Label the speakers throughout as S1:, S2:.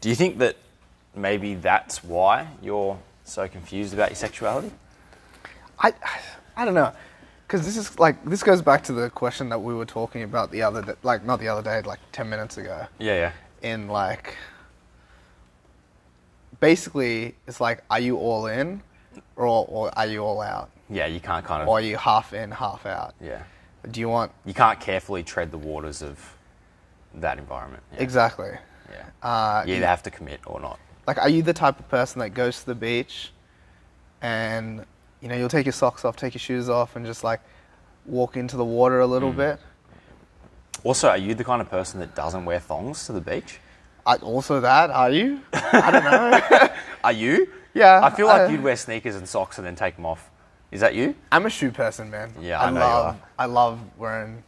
S1: Do you think that maybe that's why you're so confused about your sexuality?
S2: I, I don't know, because this is like this goes back to the question that we were talking about the other, day, like not the other day, like ten minutes ago.
S1: Yeah, yeah.
S2: In like, basically, it's like, are you all in, or or are you all out,
S1: Yeah, you can't kind of.
S2: or are you half in, half out?
S1: yeah.
S2: Do you want
S1: You can't carefully tread the waters of that environment. Yeah.
S2: exactly?
S1: Yeah.
S2: Uh,
S1: you either have to commit or not.
S2: Like, are you the type of person that goes to the beach and, you know, you'll take your socks off, take your shoes off, and just like walk into the water a
S1: Mm.
S2: little bit?
S1: Also, are you the kind of person that doesn't wear thongs to the beach?
S2: I, also, that, are you? I don't know.
S1: Are you?
S2: Yeah,
S1: I feel like
S2: I-
S1: you'd wear sneakers and socks and then take them off. Is that you?
S2: I'm a shoe person, man.
S1: Yeah, I know you
S2: love,
S1: are.
S2: I love wearing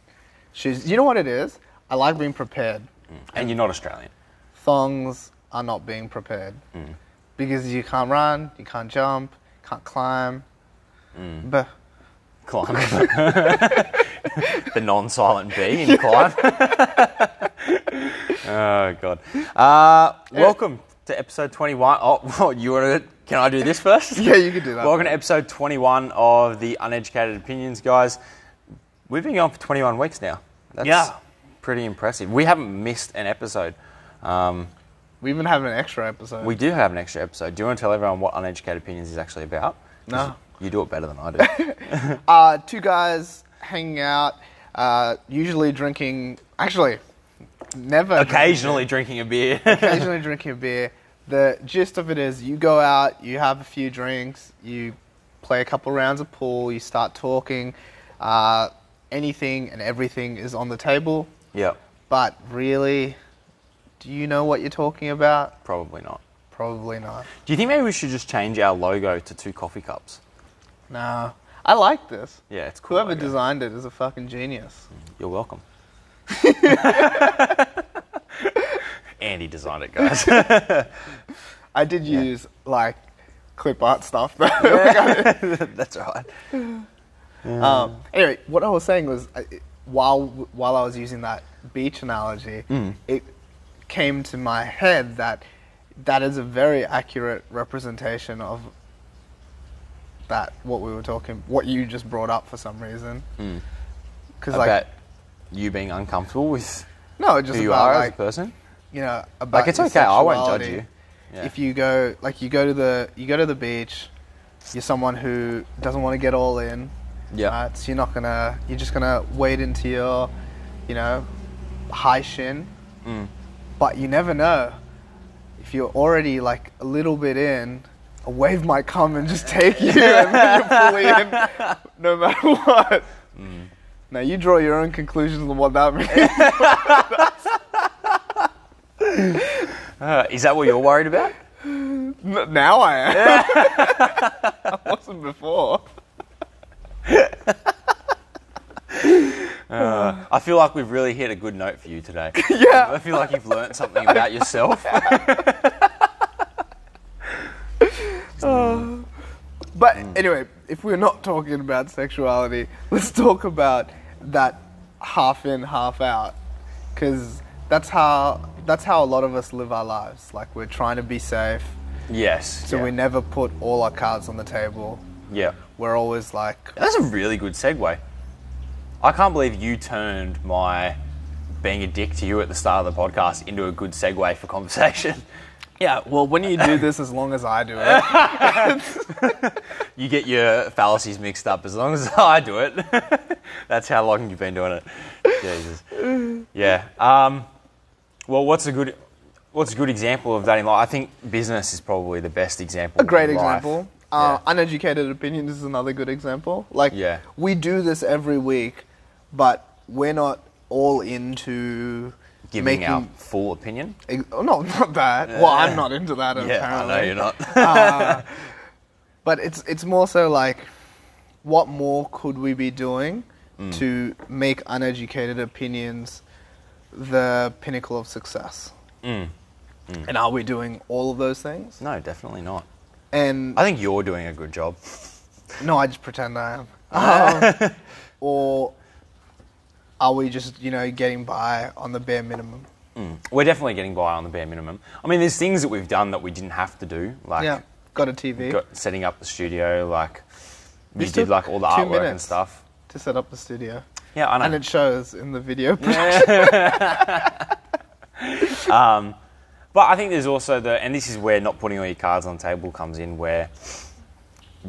S2: shoes. You know what it is? I like being prepared.
S1: And you're not Australian.
S2: Thongs are not being prepared
S1: Mm.
S2: because you can't run, you can't jump, can't climb.
S1: Mm.
S2: But
S1: Climb. the non silent B in climb. oh, God. Uh, welcome to episode 21. Oh, what, you want to. Can I do this first?
S2: Yeah, you can do that.
S1: Welcome to episode 21 of the Uneducated Opinions, guys. We've been going for 21 weeks now. That's
S2: Yeah.
S1: pretty impressive. We haven't missed an episode. Um,
S2: we even have an extra episode.
S1: We do have an extra episode. Do you want to tell everyone what Uneducated Opinions is actually about? 'Cause
S2: No.
S1: You do it better than I do.
S2: Uh, two guys hanging out, uh, usually drinking. Actually, never.
S1: Occasionally drinking a beer.
S2: occasionally drinking a beer. The gist of it is, you go out, you have a few drinks, you play a couple rounds of pool, you start talking. Uh, anything and everything is on the table,
S1: yeah,
S2: but really, do you know what you're talking about?
S1: probably not.
S2: Probably not.
S1: Do you think maybe we should just change our logo to two coffee cups?
S2: No. I like this.
S1: Yeah, Mm. it's cool.
S2: Whoever
S1: logo.
S2: designed it is a fucking genius.
S1: You're welcome. Andy designed it, guys.
S2: I did use like clip art stuff though.
S1: That's right.
S2: Um, anyway, what I was saying was, I- it- while while I was using that beach analogy,
S1: Mm.
S2: it came to my head that that is a very accurate representation of that what we were talking, what you just brought up for some reason.
S1: Mm.
S2: Because like,
S1: About you being uncomfortable with
S2: no, just
S1: who you
S2: about
S1: are as
S2: like
S1: a person.
S2: you know about
S1: Like, it's
S2: your
S1: okay. I won't judge
S2: sexuality.
S1: you. Yeah.
S2: If you go like you go to the you go to the beach, you're someone who doesn't want to get all in.
S1: Yeah.
S2: right? So you're not gonna you're just gonna wade into your, you know, high shin.
S1: Mm.
S2: But you never know. If you're already like a little bit in, a wave might come and just take you and make you fully in no matter what.
S1: Mm.
S2: Now you draw your own conclusions on what that means.
S1: Uh, is that what you're worried about?
S2: N- now I am. I wasn't before.
S1: I feel like we've really hit a good note for you today.
S2: Yeah.
S1: I feel like you've learnt something about yourself.
S2: But anyway, if we're not talking about sexuality, let's talk about that half in, half out, because that's how that's how a lot of us live our lives. Like we're trying to be safe,
S1: yes.
S2: so
S1: yeah.
S2: we never put all our cards on the table.
S1: Yeah.
S2: We're always like,
S1: That's a really good segue. I can't believe you turned my being a dick to you at the start of the podcast into a good segue for conversation.
S2: yeah. Well, when you do this, as long as I do it,
S1: You get your fallacies mixed up as long as I do it. That's how long you've been doing it. Jesus. Yeah. Um, well, what's a good what's a good example of that in life? I think business is probably the best example.
S2: a great
S1: in life.
S2: example.
S1: Yeah.
S2: Uh, Uneducated opinion is another good example. Like
S1: Yeah.
S2: we do this every week, but we're not all into
S1: giving
S2: making
S1: our full opinion.
S2: Ex- oh, no, not that. Well, I'm not into that apparently.
S1: I know you're not.
S2: But it's it's more so like, what more could we be doing
S1: Hmm.
S2: to make uneducated opinions the pinnacle of success?
S1: Hmm.
S2: And are we doing all of those things?
S1: no, definitely not.
S2: And
S1: I think you're doing a good job.
S2: no, I just pretend I
S1: Oh.
S2: am. Um, or are we just you know getting by on the bare minimum?
S1: We're definitely getting by on the bare minimum. I mean, there's things that we've done that we didn't have to do, like
S2: yeah, got a TV
S1: got, setting up the studio, like you
S2: This
S1: did
S2: took
S1: like all the
S2: two
S1: artwork and
S2: minutes.
S1: stuff.
S2: to set up the studio,
S1: Yeah, I know.
S2: and it shows in the video.
S1: Um, But I think there's also the, and this is where not putting all your cards on the table comes in, where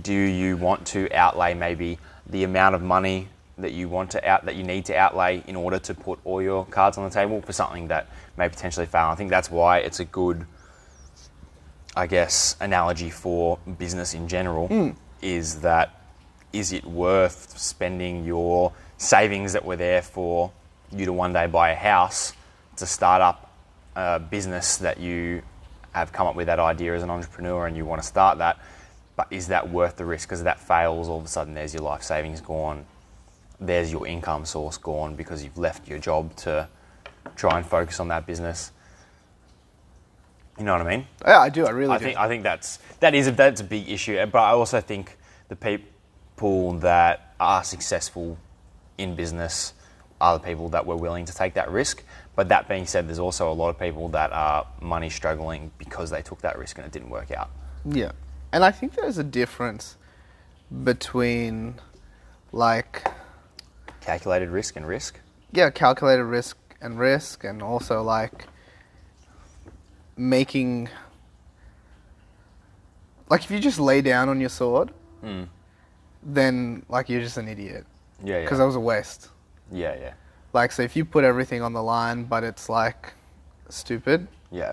S1: do you want to outlay maybe the amount of money that you want to out, that you need to outlay in order to put all your cards on the table for something that may potentially fail? I think that's why it's a good, I guess, analogy for business in general is that is it worth spending your savings that were there for you to one day buy a house to start up a business that you have come up with that idea as an entrepreneur and you want to start that, but is that worth the risk? Because if that fails, all of a sudden there's your life savings gone, there's your income source gone because you've left your job to try and focus on that business. You know what I mean?
S2: yeah, I do. I really
S1: I
S2: do.
S1: think I think that's that is a, that's a big issue. But I also think the people that are successful in business are the people that were willing to take that risk. But that being said, there's also a lot of people that are money struggling because they took that risk and it didn't work out.
S2: Yeah. And I think there's a difference between like
S1: Calculated risk and risk.
S2: yeah, calculated risk and risk and also like making like if you just lay down on your sword, then like you're just an idiot
S1: Yeah,
S2: because
S1: yeah,
S2: that was a waste.
S1: yeah, yeah,
S2: Like so if you put everything on the line but it's like stupid,
S1: yeah.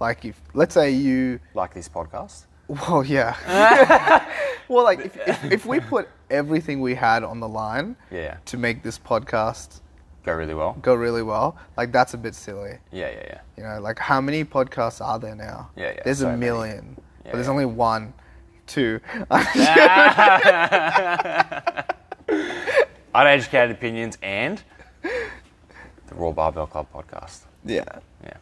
S2: like if let's say you
S1: Like this podcast.
S2: Well, yeah. well, like if, if, if we put everything we had on the line
S1: Yeah,
S2: to make this podcast
S1: go really well.
S2: go really well, like that's a bit silly.
S1: Yeah, yeah, yeah.
S2: You know, like how many podcasts are there now?
S1: Yeah, yeah,
S2: There's
S1: so
S2: a
S1: many.
S2: million,
S1: Yeah,
S2: but there's
S1: yeah.
S2: only one, two.
S1: Uneducated opinions and the Raw Barbell Club podcast.
S2: yeah.
S1: Yeah.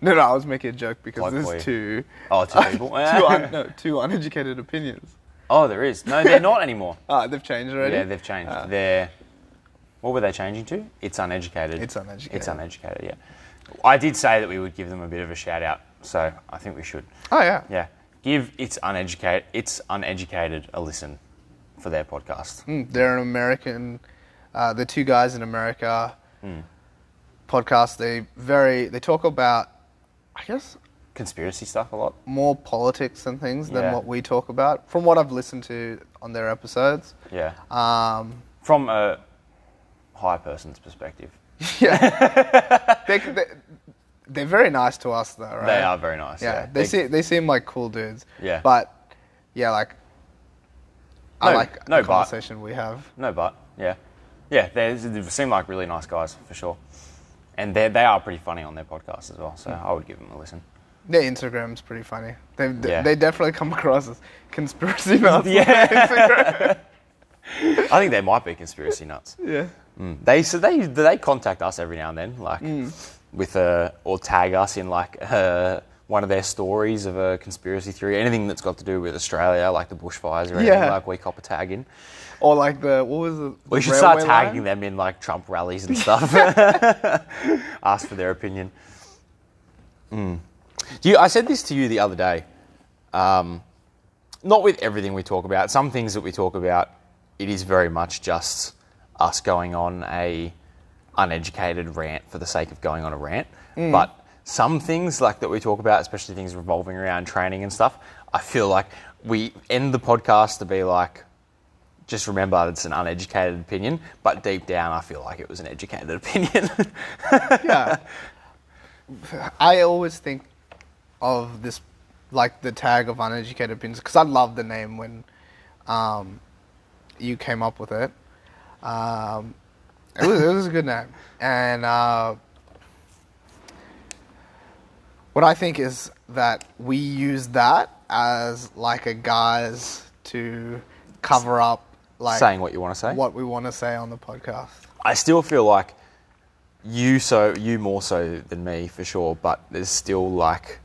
S2: No, no, I was making a joke because
S1: Plug for you.
S2: there's two,
S1: Oh, two people.
S2: two, un, no, two uneducated opinions.
S1: Oh, there is. No, they're not anymore.
S2: Ah, they've changed already.
S1: Yeah, they've changed.
S2: Ah.
S1: they're what were they changing to? It's uneducated.
S2: It's uneducated.
S1: It's uneducated. Yeah. I did say that we would give them a bit of a shout out, so I think we should.
S2: oh yeah.
S1: Yeah. Give it's uneducated. It's uneducated a listen for their podcast.
S2: Mm, They're an American. Uh, the two guys in America
S1: Hmm.
S2: podcast. They very they talk about, I guess,
S1: Conspiracy stuff a lot.
S2: more politics and things than
S1: Yeah.
S2: what we talk about. From what I've listened to on their episodes,
S1: Yeah.
S2: um,
S1: From a high person's perspective,
S2: yeah, they, they, they're very nice to us though, right?
S1: they are very nice.
S2: Yeah,
S1: Yeah.
S2: they se- they seem like cool dudes.
S1: Yeah.
S2: but yeah, like I
S1: No-
S2: like
S1: no,
S2: the
S1: but-
S2: conversation we have.
S1: No, but yeah, yeah, they, they seem like really nice guys for sure, and they they are pretty funny on their podcast as well. So
S2: Hmm.
S1: I would give them a listen.
S2: Their Instagram's pretty funny. They they-
S1: Yeah.
S2: they definitely come across as conspiracy nuts.
S1: Yeah.
S2: on Instagram.
S1: I think they might be conspiracy nuts.
S2: yeah.
S1: Mm. They so they they contact us every now and then, like with a or tag us in like uh, one of their stories of a conspiracy theory, anything that's got to do with Australia, like the bushfires or anything.
S2: Yeah.
S1: Like we cop a tag in.
S2: Or like the what was it?
S1: We
S2: the
S1: should start
S2: railway
S1: tagging
S2: line?
S1: them in like Trump rallies and stuff. Ask for their opinion. Mm. Do you, I said this to you the other day. Um, not with everything we talk about. Some things that we talk about, it is very much just us going on a uneducated rant for the sake of going on a rant. But some things like that we talk about, especially things revolving around training and stuff, I feel like we end the podcast to be like, just remember it's an uneducated opinion, but deep down I feel like it was an educated opinion.
S2: Yeah. I always think of this like the tag of uneducated opinions because I love the name when um, you came up with it. Um, it was it was a good name, and uh, what I think is that we use that as like a guise to cover up like
S1: Saying what you want to say.
S2: what we want to say on the podcast.
S1: I still feel like you so you more so than me for sure, but there's still like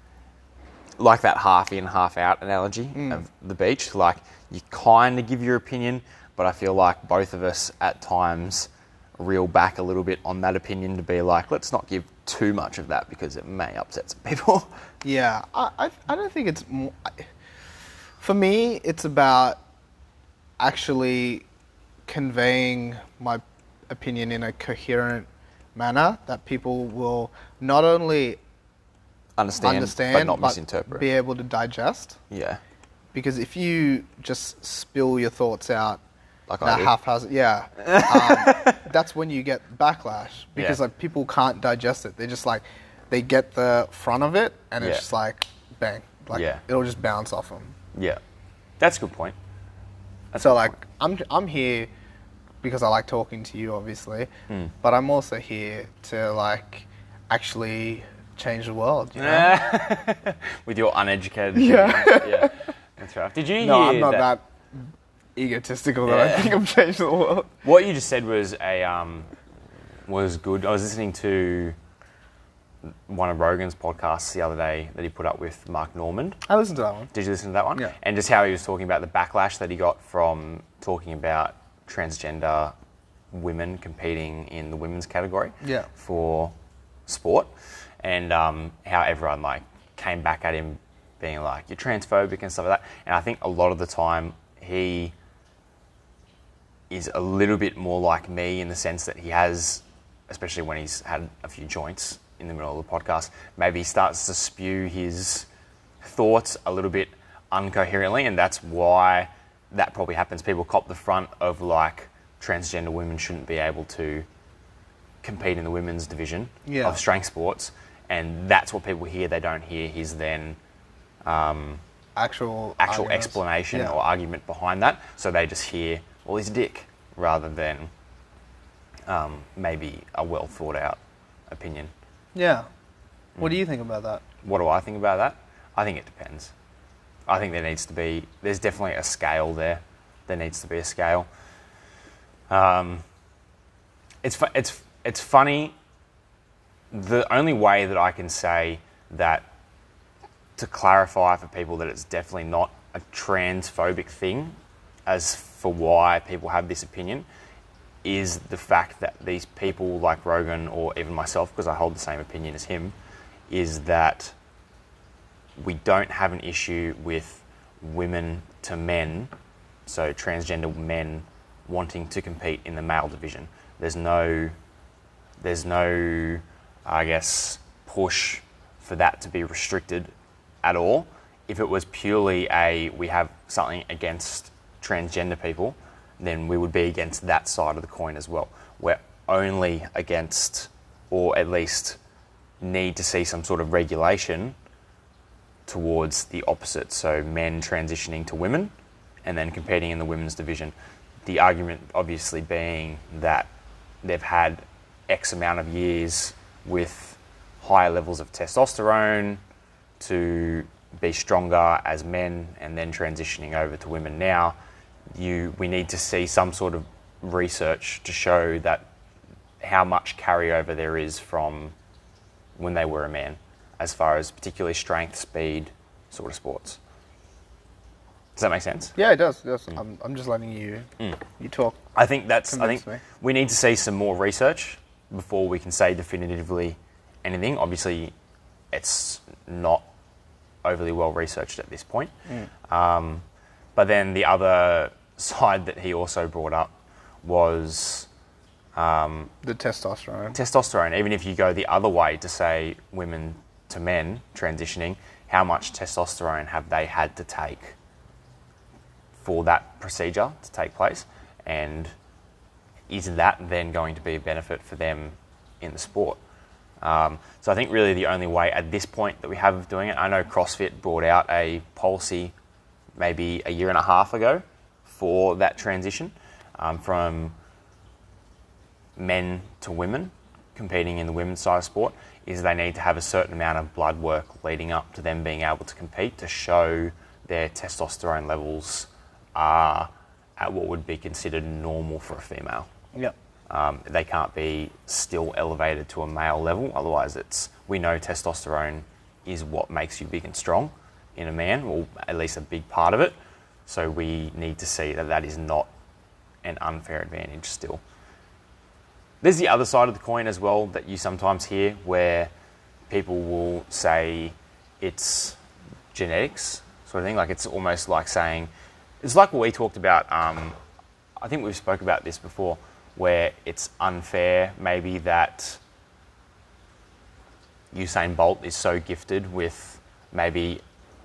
S1: like that half in half out analogy
S2: Hmm.
S1: of the beach. Like you kind of give your opinion, but I feel like both of us at times reel back a little bit on that opinion to be like, let's not give too much of that because it may upset some people.
S2: Yeah, I, I, I don't think it's. mo- I- For me, it's about actually conveying my opinion in a coherent manner that people will not only
S1: understand,
S2: understand
S1: but not misinterpret.
S2: be able to digest.
S1: yeah,
S2: Because if you just spill your thoughts out,
S1: Like I
S2: that
S1: do.
S2: haphazard, yeah, um, that's when you get backlash because
S1: Yeah.
S2: like people can't digest it. They just like they get the front of it, and it's
S1: Yeah.
S2: just like bang, like
S1: Yeah.
S2: it'll just bounce off them.
S1: yeah, that's a good point. That's a
S2: so
S1: good
S2: like I'm I'm here because I like talking to you, obviously,
S1: Hmm.
S2: but I'm also here to like actually change the world. You know?
S1: Yeah. with your uneducated.
S2: Yeah.
S1: opinion. yeah. That's right. Did you
S2: No,
S1: hear
S2: I'm not
S1: that?
S2: that, egotistical that I
S1: Yeah.
S2: think I'm changing the world.
S1: What you just said was a um, was good. I was listening to one of Rogan's podcasts the other day that he put up with Mark Norman.
S2: I listened to that one.
S1: Did you listen to that one?
S2: Yeah.
S1: And just how he was talking about the backlash that he got from talking about transgender women competing in the women's category
S2: Yeah.
S1: for sport, and um, how everyone like came back at him being like you're transphobic and stuff like that. And I think a lot of the time he is a little bit more like me in the sense that he has, especially when he's had a few joints in the middle of the podcast, maybe he starts to spew his thoughts a little bit uncoherently, and that's why that probably happens. People cop the front of like transgender women shouldn't be able to compete in the women's division
S2: Yeah.
S1: of strength sports, and that's what people hear. They don't hear his then
S2: Actual
S1: actual
S2: arguments.
S1: explanation
S2: Yeah.
S1: or argument behind that. So they just hear, well, he's a dick, rather than um, maybe a well thought out opinion.
S2: Yeah. What do
S1: Mm.
S2: you think about that?
S1: What do I think about that? I think it depends. I think there needs to be, there's definitely a scale there. There needs to be a scale. Um, it's, fu- it's, it's funny. The only way that I can say that to clarify for people that it's definitely not a transphobic thing as for why people have this opinion is the fact that these people like Rogan or even myself, because I hold the same opinion as him, is that we don't have an issue with women to men, so transgender men wanting to compete in the male division. There's no there's no, I guess, push for that to be restricted at all. If it was purely a we have something against transgender people, then we would be against that side of the coin as well. We're only against, or at least need to see some sort of regulation towards the opposite. So men transitioning to women and then competing in the women's division. The argument obviously being that they've had X amount of years with higher levels of testosterone to be stronger as men and then transitioning over to women now. You, we need to see some sort of research to show that how much carryover there is from when they were a man, as far as particularly strength, speed, sort of sports. Does that make sense?
S2: Yeah, it does. It does.
S1: Mm.
S2: I'm, I'm just letting you you talk.
S1: I think that's. I
S2: Convince
S1: think
S2: me.
S1: we need to see some more research before we can say definitively anything. Obviously, it's not overly well researched at this point. Um, but then the other side that he also brought up was
S2: The testosterone.
S1: testosterone, even if you go the other way to say women to men transitioning, how much testosterone have they had to take for that procedure to take place? And is that then going to be a benefit for them in the sport? Um, so I think really the only way at this point that we have of doing it, I know CrossFit brought out a policy maybe a year and a half ago for that transition um, from men to women competing in the women's side of sport is they need to have a certain amount of blood work leading up to them being able to compete to show their testosterone levels are at what would be considered normal for a female.
S2: Yeah.
S1: Um, they can't be still elevated to a male level, otherwise it's we know testosterone is what makes you big and strong in a man, or at least a big part of it. So we need to see that that is not an unfair advantage still. There's the other side of the coin as well that you sometimes hear where people will say it's genetics sort of thing. Like it's almost like saying it's like what we talked about. Um, I think we've spoke about this before, where it's unfair maybe that Usain Bolt is so gifted with maybe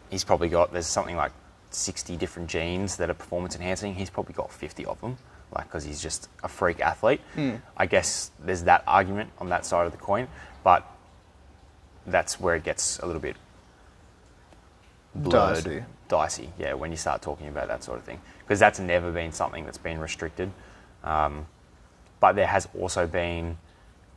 S1: he's probably got there's something like 60 different genes that are performance enhancing. He's probably got 50 of them, like because he's just a freak athlete. I guess there's that argument on that side of the coin, but that's where it gets a little bit blurred,
S2: Dicey.
S1: dicey. yeah, when you start talking about that sort of thing, because that's never been something that's been restricted. Um, but there has also been,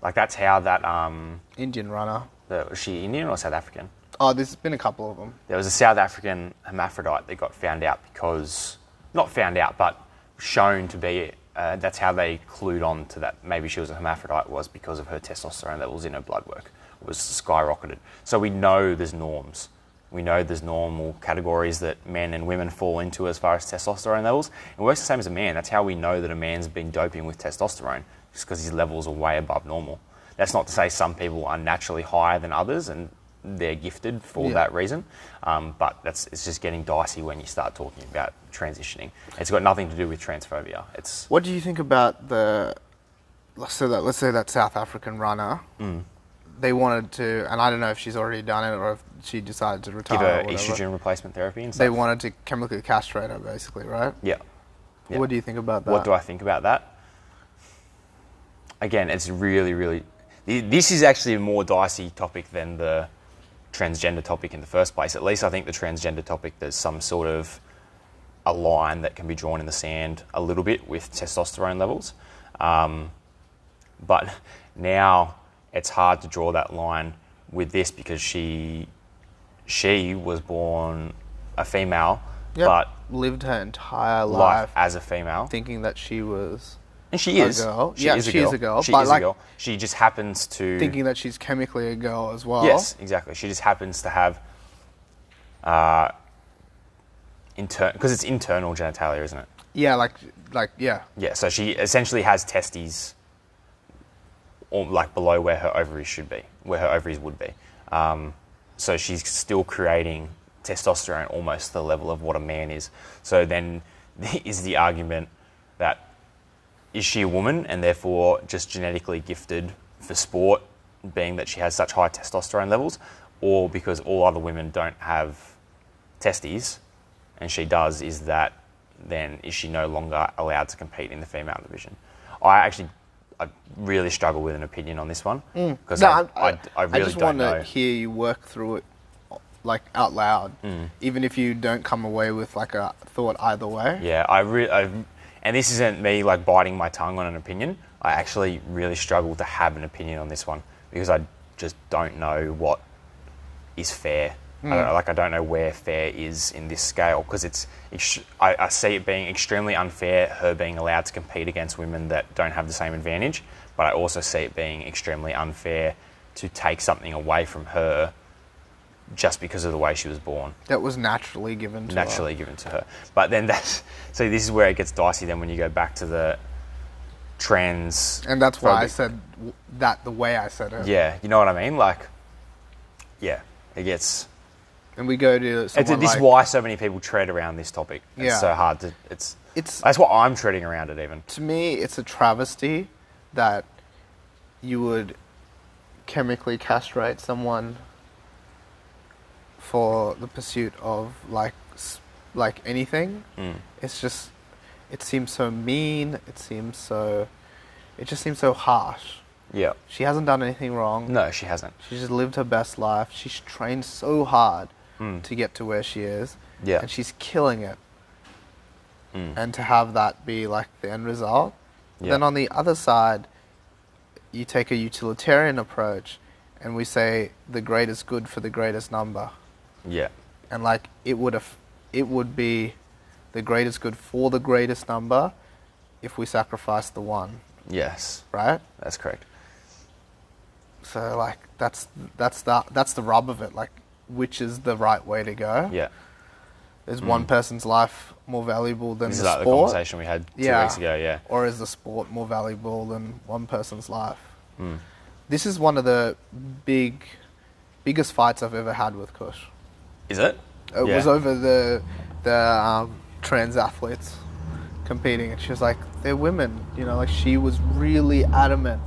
S1: like, that's how that um,
S2: Indian runner.
S1: the, was she Indian or South African?
S2: Oh, there's been a couple of them.
S1: There was a South African hermaphrodite that got found out because, not found out, but shown to be. Uh, that's how they clued on to that maybe she was a hermaphrodite was because of her testosterone levels in her blood work was skyrocketed. So we know there's norms. We know there's normal categories that men and women fall into as far as testosterone levels. It works the same as a man. That's how we know that a man's been doping with testosterone, just because his levels are way above normal. That's not to say some people are naturally higher than others and they're gifted for
S2: Yeah.
S1: that reason, um, but that's it's just getting dicey when you start talking about transitioning. It's got nothing to do with transphobia. It's
S2: What do you think about the so that let's say that South African runner?
S1: Mm.
S2: They wanted to, and I don't know if she's already done it or if she decided to retire.
S1: give her
S2: or whatever.
S1: estrogen replacement therapy and stuff.
S2: They wanted to chemically castrate her, basically, right?
S1: yeah. Yeah.
S2: What do you think about that?
S1: What do I think about that? Again, it's really, really. th- This is actually a more dicey topic than the transgender topic in the first place. At least I think the transgender topic, there's some sort of a line that can be drawn in the sand a little bit with testosterone levels. Um, but now it's hard to draw that line with this because she she was born a female,
S2: Yep.
S1: but
S2: lived her entire
S1: life
S2: life,
S1: as a female.
S2: thinking that she was
S1: And she
S2: a
S1: is.
S2: girl.
S1: She
S2: Yeah,
S1: is a
S2: she is
S1: girl.
S2: a girl,
S1: She
S2: but
S1: is
S2: like-
S1: a girl. She just happens to.
S2: thinking that she's chemically a girl as well.
S1: yes, exactly. She just happens to have. Uh, inter- because it's internal genitalia, isn't it?
S2: Yeah, like, like, yeah,
S1: Yeah. So she essentially has testes, or like below where her ovaries should be, where her ovaries would be. Um, so she's still creating testosterone almost to the level of what a man is. So then is the argument that is she a woman and therefore just genetically gifted for sport, being that she has such high testosterone levels, or because all other women don't have testes and she does, is that then is she no longer allowed to compete in the female division? I actually I really struggle with an opinion on this one because
S2: Mm. No,
S1: I,
S2: I'm-
S1: I, I really
S2: just
S1: don't
S2: want
S1: know.
S2: to hear you work through it, like out loud,
S1: Mm.
S2: even if you don't come away with like a thought either way.
S1: Yeah, I really, I, and this isn't me like biting my tongue on an opinion. I actually really struggle to have an opinion on this one because I just don't know what is fair. I don't, like I don't know where fair is in this scale because it's. ex- I, I see it being extremely unfair her being allowed to compete against women that don't have the same advantage, but I also see it being extremely unfair to take something away from her just because of the way she was born
S2: That was naturally given to her.
S1: naturally given to her. But then that's so this is where it gets dicey. Then when you go back to the trans,
S2: and that's why I
S1: phobic-
S2: said w- that the way I said it.
S1: yeah, you know what I mean. Like, yeah, it gets.
S2: And we go to
S1: It's,
S2: someone
S1: this is
S2: like-
S1: why so many people tread around this topic. It's
S2: Yeah.
S1: so hard to. It's
S2: It's-
S1: that's what I'm treading around it even.
S2: to me, it's a travesty that you would chemically castrate someone for the pursuit of like s- like anything.
S1: Mm.
S2: It's just it seems so mean. It seems so it just seems so harsh.
S1: Yeah.
S2: She hasn't done anything wrong.
S1: No, she hasn't.
S2: She's just lived her best life. She's trained so hard to get to where she is.
S1: Mm. Yeah. Mm.
S2: And she's killing it. And to have that be like the end result.
S1: Yeah.
S2: Then on the other side, you take a utilitarian approach and we say the greatest good for the greatest number.
S1: Yeah.
S2: And like it would have, it would be the greatest good for the greatest number if we sacrifice the one,
S1: Yes,
S2: right?
S1: that's correct.
S2: So like that's that's the that's the rub of it. Like which is the right way to go?
S1: Yeah.
S2: There's one person's life more valuable than
S1: This
S2: the
S1: is like the
S2: sport?
S1: conversation we had two
S2: Yeah.
S1: weeks ago. Yeah.
S2: Or is the sport more valuable than one person's life?
S1: Mm.
S2: This is one of the big, biggest fights I've ever had with Kush.
S1: Is it?
S2: It
S1: Yeah.
S2: Uh, was over the the um, trans athletes competing, and she was like, "They're women," you know. Like she was really adamant,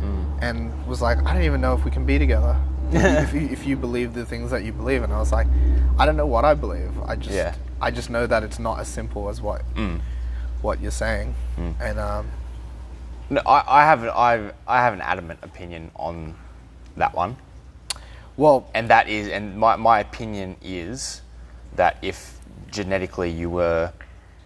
S1: Mm.
S2: and was like, "I don't even know if we can be together." if, you, if you believe the things that you believe, and I was like, "I don't know what I believe. I just
S1: Yeah. Mm.
S2: I just know that it's not as simple as what what you're saying." And um,
S1: No, I, I have. I I have an adamant opinion on that one.
S2: well,
S1: and that is, and my, my opinion is that if genetically you were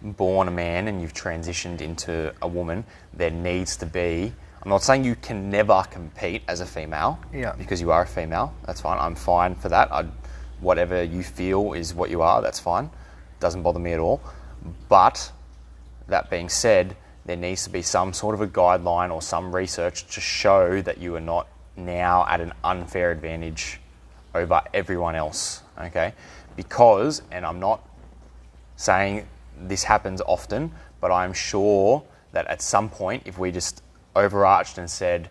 S1: born a man and you've transitioned into a woman, there needs to be. I'm not saying you can never compete as a female,
S2: Yeah.
S1: because you are a female. That's fine. I'm fine for that. I, whatever you feel is what you are. That's fine. Doesn't bother me at all. But that being said, there needs to be some sort of a guideline or some research to show that you are not now at an unfair advantage over everyone else. Okay? Because, and I'm not saying this happens often, but I'm sure that at some point, if we just overarched and said,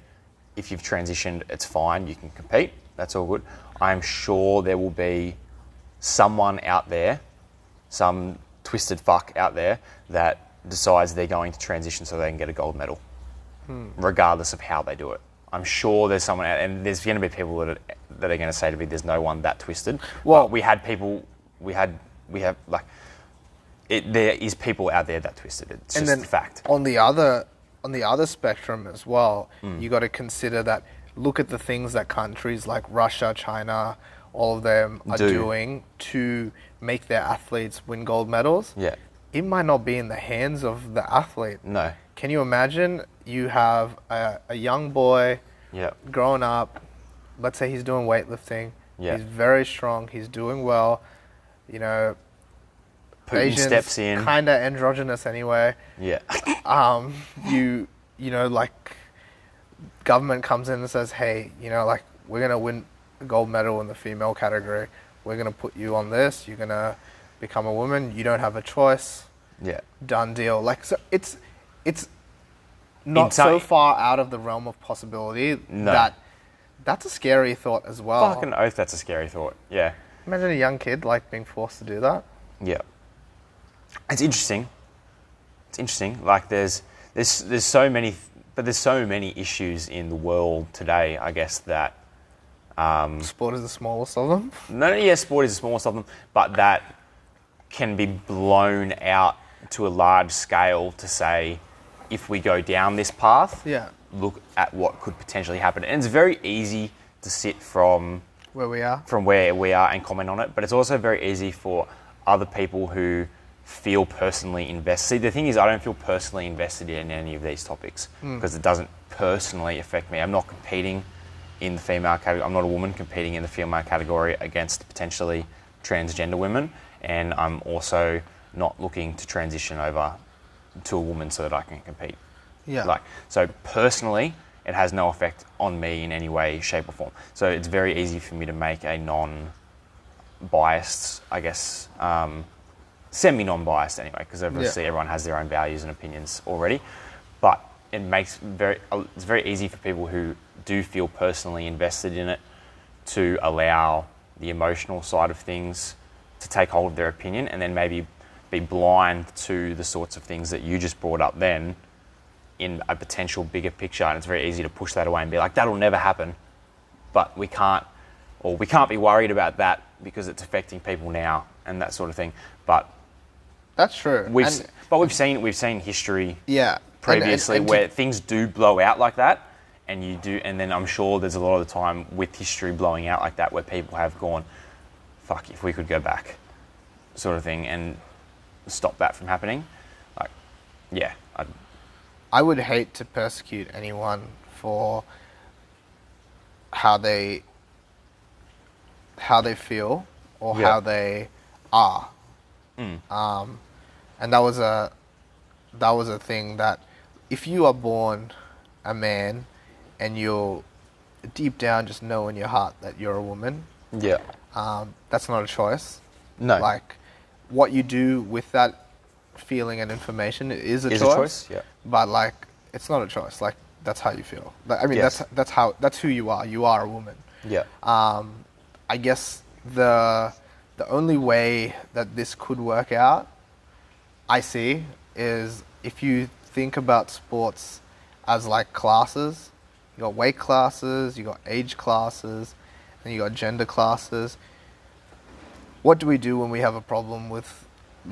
S1: if you've transitioned, it's fine, you can compete, that's all good. I'm sure there will be someone out there, some twisted fuck out there that decides they're going to transition so they can get a gold medal, regardless of how they do it. I'm sure there's someone out, and there's going to be people that are, that are going to say to me, "There's no one that twisted." Well,
S2: Well-
S1: we had people, we had, we have like, it, there is people out there that twisted. It's just a fact.
S2: On the other on the other spectrum as well,
S1: Mm.
S2: you got to consider that. Look at the things that countries like Russia, China, all of them are
S1: Do.
S2: doing to make their athletes win gold medals.
S1: Yeah. Mm.
S2: It might not be in the hands of the athlete.
S1: No.
S2: Can you imagine? You have a, a young boy
S1: Yeah.
S2: growing up, let's say he's doing weightlifting.
S1: Yeah.
S2: He's very strong. He's doing well. You know,
S1: Putin steps in.
S2: Kinda androgynous anyway
S1: yeah.
S2: um, you you know like government comes in and says, hey, you know like we're gonna win a gold medal in the female category. We're gonna put you on this. You're gonna become a woman. You don't have a choice.
S1: yeah.
S2: Done deal. Like so, it's it's not
S1: Inside-
S2: so far out of the realm of possibility
S1: No.
S2: that that's a scary thought as well.
S1: Fucking oath. That's a scary thought. Yeah.
S2: Imagine a young kid like being forced to do that.
S1: Yeah. It's interesting. It's interesting. Like there's there's there's so many but there's so many issues in the world today, I guess that Mm.
S2: Sport is the smallest of them.
S1: not only yes, sport is the smallest of them, but that can be blown out to a large scale to say if we go down this path,
S2: Yeah.
S1: look at what could potentially happen. And it's very easy to sit from
S2: Where we are.
S1: from where we are and comment on it, but it's also very easy for other people who feel personally invested. See, the thing is, I don't feel personally invested in any of these topics because it doesn't personally affect me. I'm not competing in the female category. I'm not a woman competing in the female category against potentially transgender women, and I'm also not looking to transition over to a woman so that I can compete.
S2: Yeah.
S1: Like so personally, it has no effect on me in any way, shape, or form. So it's very easy for me to make a non-biased, I guess, um, semi non-biased anyway, because obviously
S2: Yeah.
S1: everyone has their own values and opinions already. But it makes very it's very easy for people who do feel personally invested in it to allow the emotional side of things to take hold of their opinion, and then maybe be blind to the sorts of things that you just brought up then in a potential bigger picture, and it's very easy to push that away and be like, "That'll never happen," but we can't, or we can't be worried about that because it's affecting people now and that sort of thing. But
S2: That's true.
S1: we've,
S2: And-
S1: but we've seen we've seen history
S2: yeah. And- and-
S1: previously
S2: and to-
S1: where things do blow out like that, and you do, and then I'm sure there's a lot of the time with history blowing out like that where people have gone, "Fuck, if we could go back," sort of thing, and stop that from happening. Like, yeah, I,
S2: I would hate to persecute anyone for how they how they feel or
S1: Yeah.
S2: how they are. Um, and that was a that was a thing that if you are born a man and you're deep down just know in your heart that you're a woman,
S1: yeah,
S2: um, that's not a choice.
S1: no,
S2: Like what you do with that feeling and information is a
S1: Is a
S2: choice.
S1: choice, yeah.
S2: But like, it's not a choice. Like, that's how you feel. Like, I mean,
S1: Yes.
S2: that's that's how that's who you are. You are a woman.
S1: Yeah.
S2: Um, I guess the the only way that this could work out, I see, is if you think about sports as like classes. You got weight classes, you got age classes, and you got gender classes. What do we do when we have a problem with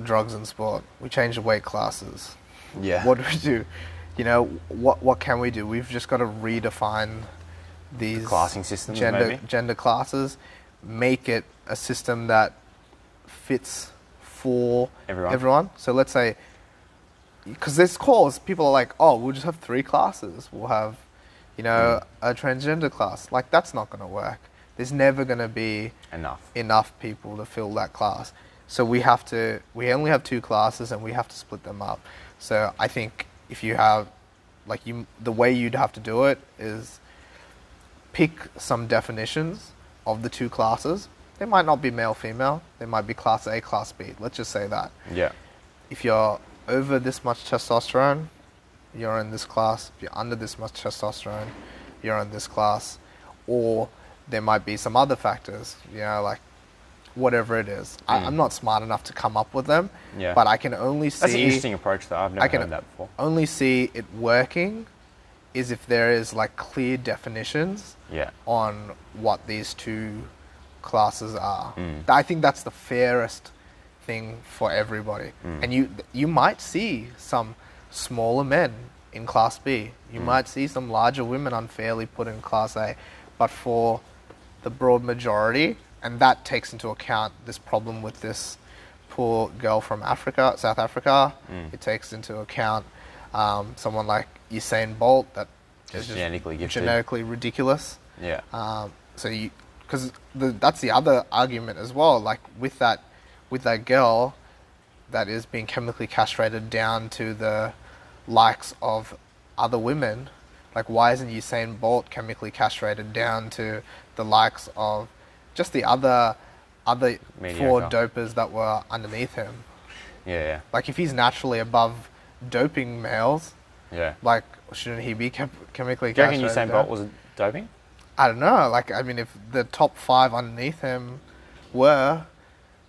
S2: drugs in sport? We change the weight classes.
S1: Yeah.
S2: What do we do? You know, what what can we do? We've just got to redefine these
S1: classing systems,
S2: gender
S1: maybe?
S2: gender classes, make it a system that fits for
S1: Everyone.
S2: So let's say, because this calls people are like, oh, we'll just have three classes. We'll have, you know,
S1: Mm.
S2: a transgender class. Like that's not going to work. There's never going to be
S1: Enough.
S2: enough people to fill that class. So we have to we only have two classes and we have to split them up. So I think if you have like you the way you'd have to do it is pick some definitions of the two classes. They might not be male female, they might be class A, class B. Let's just say that.
S1: Yeah.
S2: If you're over this much testosterone, you're in this class. If you're under this much testosterone, you're in this class. Or there might be some other factors, you know, like whatever it is. I, I'm not smart enough to come up with them,
S1: Hmm. Yeah.
S2: but I can only see
S1: That's an interesting approach, though. I've never
S2: I can
S1: heard that before.
S2: only see it working is if there is like clear definitions
S1: Yeah.
S2: on what these two classes are.
S1: Hmm.
S2: I think that's the fairest thing for everybody.
S1: Hmm.
S2: And you you might see some smaller men in class B. You
S1: Hmm.
S2: might see some larger women unfairly put in class A, but for the broad majority, and that takes into account this problem with this poor girl from Africa, South Africa.
S1: Hmm.
S2: It takes into account um, someone like Usain Bolt that
S1: Just
S2: is
S1: genetically gifted.
S2: genetically ridiculous.
S1: Yeah.
S2: Um, so you, because that's the other argument as well. Like with that, with that girl, that is being chemically castrated down to the likes of other women. Like why isn't Usain Bolt chemically castrated down to the likes of just the other other four
S1: Mediocre.
S2: dopers that were underneath him?
S1: yeah.
S2: Like if he's naturally above doping males,
S1: Yeah. Yeah.
S2: like shouldn't he be chem- chemically
S1: Do you reckon
S2: castrated?
S1: Usain
S2: down?
S1: Bolt was doping?
S2: I don't know. Like, I mean, if the top five underneath him were,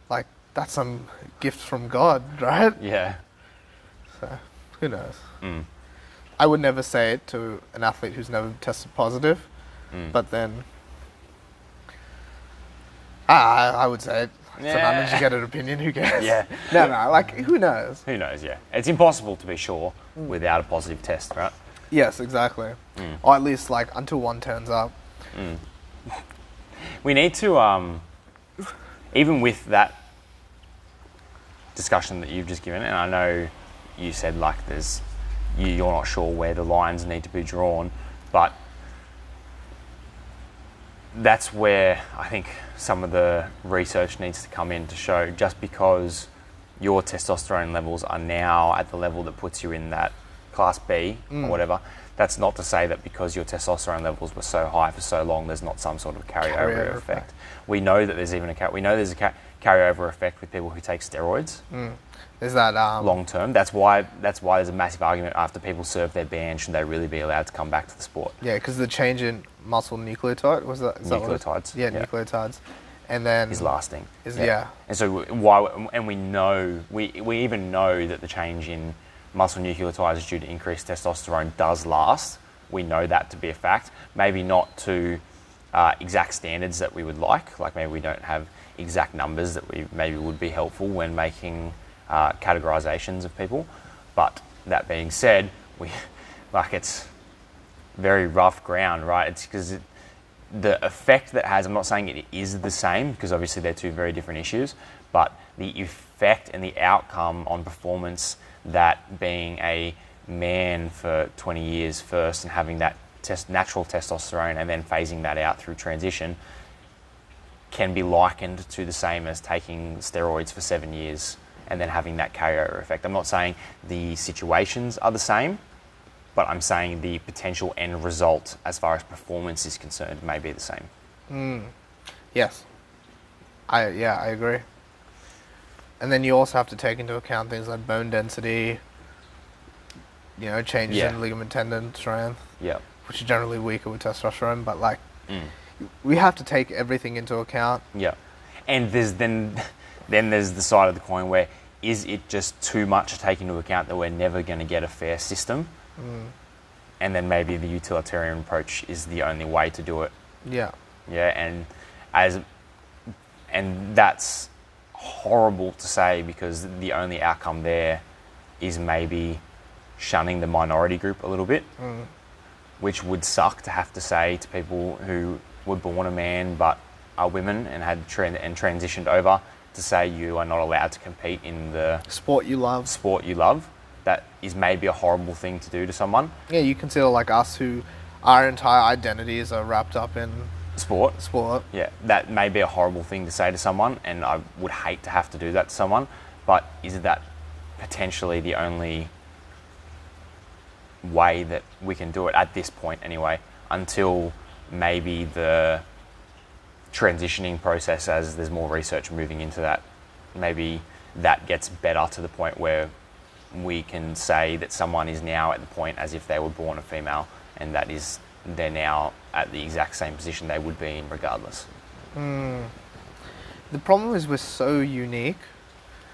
S2: like, that's some gift from God, right?
S1: Yeah. Hmm.
S2: So, who knows? I would never say it to an athlete who's never tested positive,
S1: Mm.
S2: but then. Ah, I, I would say it. It's
S1: Yeah.
S2: an uneducated opinion. Who cares?
S1: Yeah.
S2: no, no. Like, who knows?
S1: Who knows? Yeah. It's impossible to be sure without a positive test, right?
S2: Yes, exactly.
S1: Mm.
S2: Or at least like until one turns up.
S1: We need to, um, even with that discussion that you've just given, and I know you said like there's, you, you're not sure where the lines need to be drawn, but that's where I think some of the research needs to come in to show just because your testosterone levels are now at the level that puts you in that class B or whatever, that's not to say that because your testosterone levels were so high for so long, there's not some sort of carryover,
S2: Carryover
S1: effect. We know that there's even a car- we know there's a ca- carryover effect with people who take steroids
S2: There's that um,
S1: long term. That's why that's why there's a massive argument after people serve their ban should they really be allowed to come back to the sport.
S2: Yeah, because the change in muscle nucleotide was that is that what it-
S1: Nucleotides,
S2: yeah,
S1: yeah.
S2: nucleotides, and then
S1: is lasting.
S2: Is- yeah.
S1: And so w- why? And we know we we even know that the change in muscle nucleotides due to increased testosterone does last. We know that to be a fact. Maybe not to uh, exact standards that we would like. Like maybe we don't have exact numbers that we maybe would be helpful when making uh, categorizations of people. But that being said, we like it's very rough ground, right? It's because it, the effect that has, I'm not saying it is the same because obviously they're two very different issues, but the effect and the outcome on performance that being a man for 20 years first and having that test, natural testosterone and then phasing that out through transition can be likened to the same as taking steroids for seven years and then having that carryover effect. I'm not saying the situations are the same, but I'm saying the potential end result, as far as performance is concerned, may be the same.
S2: yes, I yeah I agree. And then you also have to take into account things like bone density, you know, changes
S1: Yeah.
S2: in ligament tendon strength,
S1: Yeah.
S2: which are generally weaker with testosterone. But like,
S1: Mm.
S2: we have to take everything into account.
S1: Yeah. And there's then then there's the side of the coin where is it just too much to take into account that we're never going to get a fair system? And then maybe the utilitarian approach is the only way to do it.
S2: Yeah.
S1: Yeah, and as and that's horrible to say because the only outcome there is maybe shunning the minority group a little bit, which would suck to have to say to people who were born a man but are women and had tran and transitioned over to say you are not allowed to compete in the
S2: Sport you love.
S1: sport you love. That is maybe a horrible thing to do to someone.
S2: Yeah, you consider like us who our entire identities are wrapped up in
S1: Sport,
S2: sport.
S1: Yeah, that may be a horrible thing to say to someone, and I would hate to have to do that to someone, but is that potentially the only way that we can do it at this point, anyway, until maybe the transitioning process, as there's more research moving into that, maybe that gets better to the point where we can say that someone is now at the point as if they were born a female, and that is they're now at the exact same position they would be in regardless.
S2: The problem is we're so unique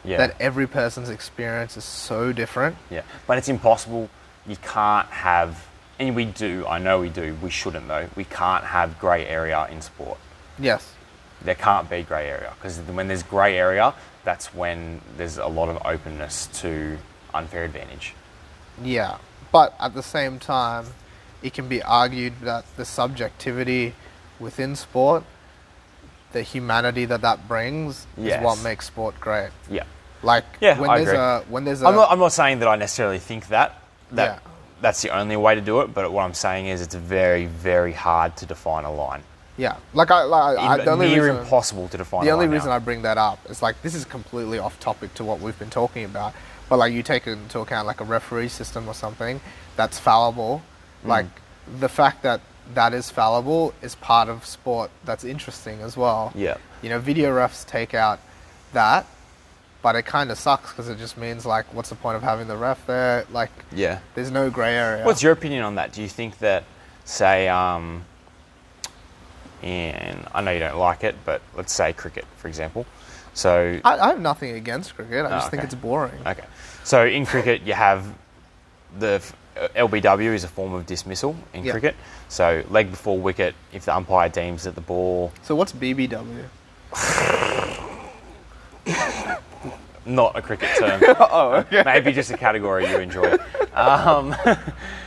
S1: Yeah.
S2: that every person's experience is so different.
S1: yeah. But it's impossible. You can't have, and we do, I know we do, we shouldn't though, we can't have grey area in sport.
S2: Yes.
S1: There can't be grey area because when there's grey area, that's when there's a lot of openness to unfair advantage.
S2: Yeah. But at the same time, it can be argued that the subjectivity within sport, the humanity that that brings,
S1: Yes.
S2: is what makes sport great.
S1: Yeah.
S2: Like
S1: Yeah,
S2: when
S1: I
S2: there's
S1: agree.
S2: a when there's a
S1: I'm not, I'm not saying that I necessarily think that. that
S2: uh, Yeah.
S1: That's the only way to do it, but what I'm saying is it's very, very hard to define a line.
S2: yeah, like I like I,
S1: In-
S2: the only
S1: near
S2: reason
S1: impossible to define
S2: the
S1: a
S2: only
S1: line
S2: reason
S1: now.
S2: I bring that up is like this is completely off topic to what we've been talking about, but like you take into account like a referee system or something that's fallible,
S1: Mm.
S2: like the fact that that is fallible is part of sport that's interesting as well.
S1: Yeah.
S2: you know, video refs take out that, but it kind of sucks because it just means like, what's the point of having the ref there? Like,
S1: Yeah.
S2: there's no gray area.
S1: What's your opinion on that? Do you think that, say, um, in I know you don't like it, but let's say cricket, for example. So
S2: I, I have nothing against cricket. I
S1: Oh,
S2: just think
S1: okay.
S2: it's boring.
S1: okay, so in cricket you have the f- uh, LBW is a form of dismissal in
S2: Yeah.
S1: cricket. So leg before wicket, if the umpire deems that the ball
S2: So what's BBW?
S1: not a cricket term. oh, okay. Maybe just a category you enjoy. Um,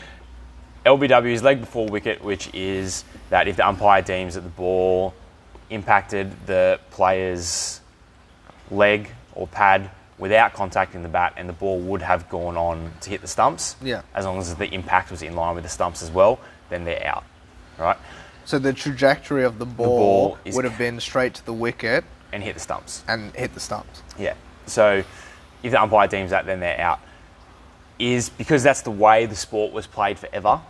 S1: LBW is leg before wicket, which is that if the umpire deems that the ball impacted the player's leg or pad without contacting the bat, and the ball would have gone on to hit the stumps.
S2: Yeah.
S1: As long as the impact was in line with the stumps as well, then they're out. Right.
S2: So the trajectory of the
S1: ball
S2: ball,
S1: is-
S2: would have been straight to the wicket
S1: And hit the stumps.
S2: and hit the stumps.
S1: Yeah. So if the umpire deems that, then they're out. Is because that's the way the sport was played forever.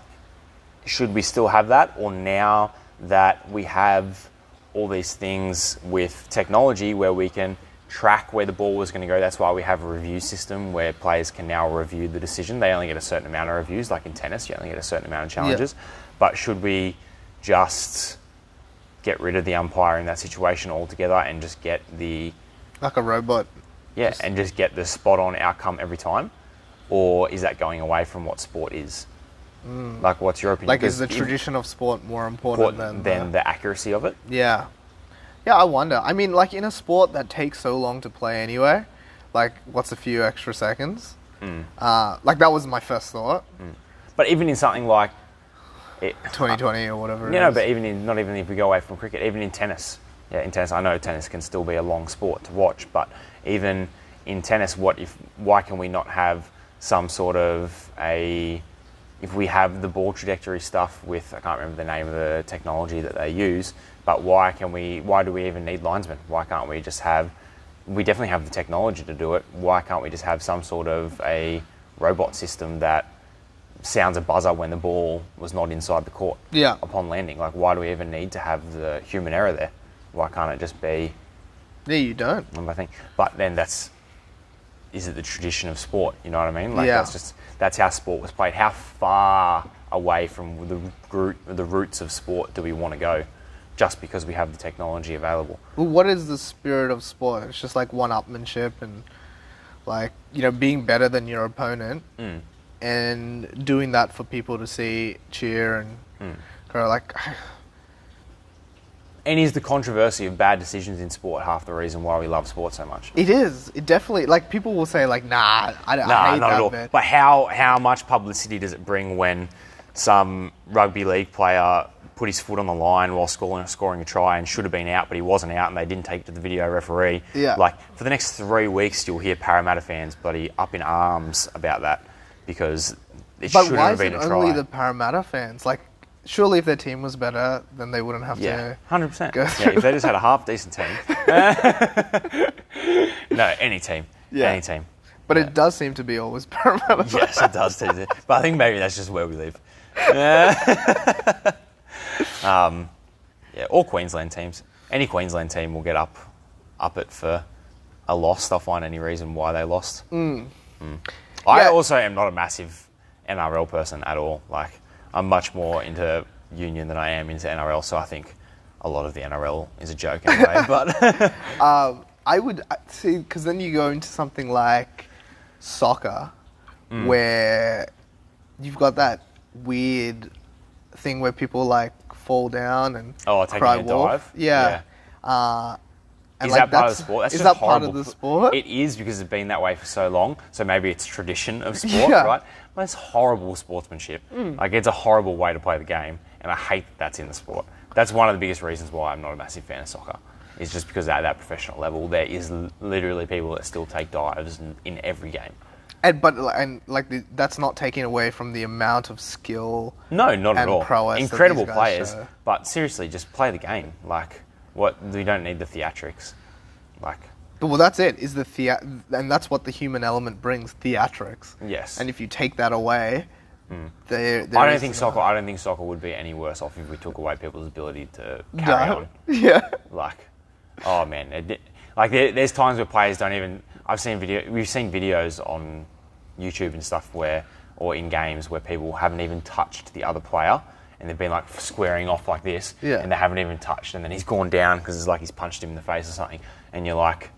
S1: Should we still have that, or now that we have all these things with technology where we can track where the ball was going to go? That's why we have a review system where players can now review the decision. They only get a certain amount of reviews, like in tennis, you only get a certain amount of challenges. But should we just get rid of the umpire in that situation altogether and just get the
S2: Like a robot.
S1: yeah, and just get the spot on outcome every time? Or is that going away from what sport is? Like, what's your opinion?
S2: Mm. Like is the
S1: Because if-
S2: tradition of sport more important
S1: what-
S2: than,
S1: than
S2: the,
S1: the accuracy of it?
S2: Yeah. Yeah, I wonder. I mean, like in a sport that takes so long to play anyway, like what's a few extra seconds?
S1: Hmm.
S2: Uh, like that was my first thought.
S1: But even in something like. It,
S2: 2020 or whatever.
S1: you know,
S2: it
S1: but
S2: is.
S1: even in, not even if we go away from cricket, even in tennis. Yeah, in tennis, I know tennis can still be a long sport to watch, but even in tennis, what if? Why can we not have some sort of a? If we have the ball trajectory stuff with, I can't remember the name of the technology that they use, but why can we? Why do we even need linesmen? Why can't we just have? We definitely have the technology to do it. Why can't we just have some sort of a robot system that sounds a buzzer when the ball was not inside the court?
S2: Yeah.
S1: upon landing. Like, why do we even need to have the human error there? Why can't it just be
S2: No, you don't.
S1: of my thing. But then that's is it the tradition of sport? You know what I mean? Like
S2: Yeah.
S1: that's just that's how sport was played. How far away from the root, the roots of sport do we want to go? Just because we have the technology available.
S2: Well, what is the spirit of sport? It's just like one-upmanship and like you know being better than your opponent
S1: Mm.
S2: and doing that for people to see, cheer, and
S1: Mm.
S2: grow. Like,
S1: And is the controversy of bad decisions in sport half the reason why we love sport so much?
S2: It is. It definitely like people will say like, nah, I, don't I
S1: Nah,
S2: hate
S1: not
S2: that
S1: at all.
S2: bit.
S1: But how how much publicity does it bring when some rugby league player put his foot on the line while scoring, scoring a try and should have been out, but he wasn't out, and they didn't take it to the video referee?
S2: Yeah.
S1: Like for the next three weeks, you'll hear Parramatta fans bloody up in arms about that because it
S2: But
S1: shouldn't
S2: why
S1: have
S2: is
S1: been
S2: it
S1: a
S2: only
S1: try.
S2: the Parramatta fans? Like, surely if their team was better, then they wouldn't have
S1: yeah,
S2: to.
S1: hundred percent.
S2: go
S1: Yeah,
S2: through
S1: if they just had a half decent team. no, any team,
S2: Yeah.
S1: any team.
S2: But it does seem to be always Parramatta.
S1: Yes, it does. too. But I think maybe that's just where we live. um, yeah, all Queensland teams. Any Queensland team will get up, up it for a loss. They'll find any reason why they lost. Mm. I
S2: Yeah.
S1: also am not a massive NRL person at all. Like I'm much more into union than I am into NRL. So I think a lot of the NRL is a joke anyway. but
S2: Um, I would uh, see because then you go into something like soccer,
S1: Mm.
S2: where you've got that weird thing where people like fall down and
S1: Oh, taking
S2: cry
S1: a
S2: wolf.
S1: dive?
S2: Yeah. Uh, and
S1: Is that
S2: like,
S1: part of
S2: that's-
S1: the sport? That's
S2: is
S1: just
S2: that part
S1: horrible.
S2: of the sport?
S1: It is because it's been that way for so long. So maybe it's tradition of sport,
S2: Yeah. Mm.
S1: right? But it's horrible sportsmanship. Like it's a horrible way to play the game, and I hate that that's in the sport. That's one of the biggest reasons why I'm not a massive fan of soccer. It's just because at that professional level, there is l- literally people that still take dives in, in every game.
S2: And but like, and like the, that's not taking away from the amount of skill.
S1: No, not at
S2: and
S1: all.
S2: prowess that these
S1: Incredible
S2: guys
S1: players,
S2: show.
S1: but seriously, just play the game. Like what? We don't need the theatrics. Like
S2: Well, that's it. Is the thea- and that's what the human element brings: theatrics.
S1: Yes.
S2: And if you take that away, there, there
S1: Mm. I don't
S2: is-
S1: think soccer. I don't think soccer would be any worse off if we took away people's ability to
S2: No.
S1: carry on.
S2: Yeah.
S1: Like, oh man, it, like there, there's times where players don't even. I've seen video. We've seen videos on YouTube and stuff where, or in games where people haven't even touched the other player, and they've been like squaring off like this,
S2: Yeah.
S1: and they haven't even touched, and then he's gone down because it's like he's punched him in the face or something, and you're like,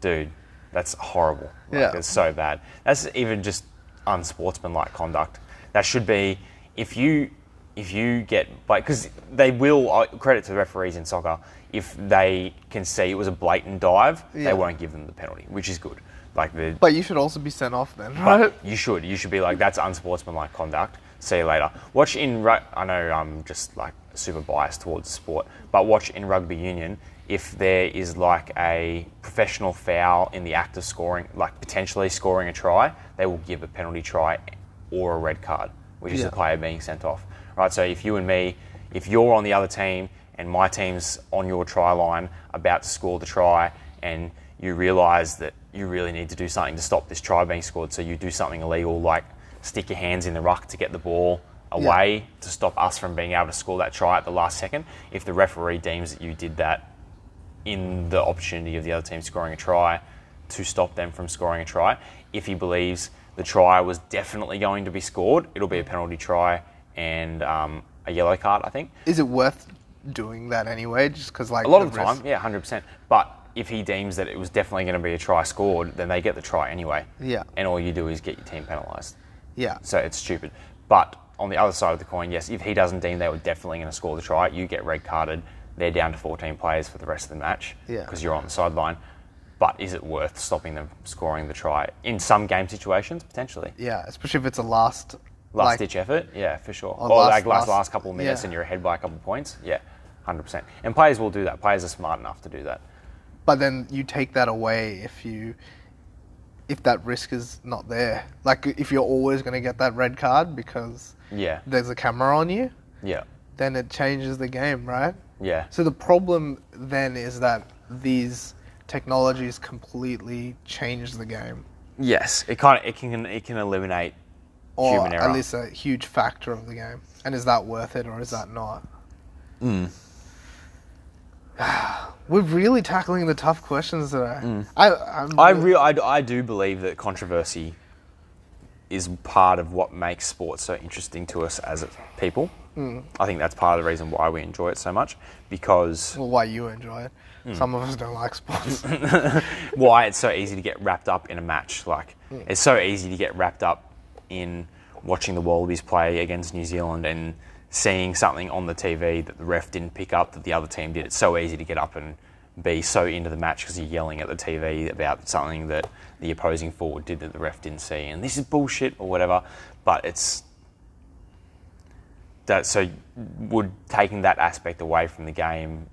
S1: dude, that's horrible. Like,
S2: Uh, Yeah.
S1: That's so bad. That's even just unsportsmanlike conduct. That should be if you if you get like because they will uh, credit to the referees in soccer if they can see it was a blatant dive,
S2: Yeah.
S1: they won't give them the penalty, which is good. Like the
S2: But you should also be sent off then,
S1: but
S2: right?
S1: you should. You should be like, that's unsportsmanlike conduct. See you later. Watch in. ru- I know I'm just like super biased towards sport, but watch in rugby union if there is like a professional foul in the act of scoring, like potentially scoring a try, they will give a penalty try or a red card, which is
S2: Yeah.
S1: the player being sent off. Right. So if you and me, if you're on the other team and my team's on your try line about to score the try, and you realise that you really need to do something to stop this try being scored, so you do something illegal like stick your hands in the ruck to get the ball away to stop us from being able to score that try at the last second. If the referee deems that you did that in the opportunity of the other team scoring a try to stop them from scoring a try. If he believes the try was definitely going to be scored, it'll be a penalty try and um, a yellow card, I think.
S2: Is it worth doing that anyway? Just because like
S1: A lot of the time,
S2: risk-
S1: yeah, 100%. But if he deems that it was definitely going to be a try scored, then they get the try anyway.
S2: Yeah.
S1: And all you do is get your team penalised.
S2: Yeah.
S1: So it's stupid. But on the other side of the coin, yes, if he doesn't deem they were definitely going to score the try, you get red carded. They're down to 14 players for the rest of the match
S2: Yeah.
S1: because you're on the sideline. But is it worth stopping them scoring the try in some game situations? Potentially.
S2: yeah, especially if it's a last
S1: Last
S2: like,
S1: ditch effort, yeah, for sure. Or,
S2: last-
S1: like last,
S2: last-
S1: last couple of minutes
S2: yeah.
S1: and you're ahead by a couple of points, yeah, 100%. And players will do that. Players are smart enough to do that.
S2: But then you take that away if you if that risk is not there. Like if you're always going to get that red card because
S1: Yeah,
S2: there's a camera on you,
S1: yeah,
S2: then it changes the game, right?
S1: yeah.
S2: So the problem then is that these technologies completely change the game,
S1: Yes, it kind of it can it can eliminate
S2: or
S1: human error.
S2: at least a huge factor of the game.
S1: Hmm.
S2: And is that worth it, or is that not? We're really tackling the tough questions today.
S1: Hmm.
S2: I, I'm
S1: I,
S2: really-
S1: real, I, I do believe that controversy is part of what makes sports so interesting to us as people. I think that's part of the reason why we enjoy it so much because
S2: well, why you enjoy it.
S1: Hmm.
S2: Some of us don't like sports.
S1: why it's so easy to get wrapped up in a match. Like it's so easy to get wrapped up in watching the Wallabies play against New Zealand and seeing something on the TV that the ref didn't pick up that the other team did. It's so easy to get up and be so into the match because you're yelling at the TV about something that the opposing forward did that the ref didn't see, and this is bullshit or whatever. But it's that so would taking that aspect away from the game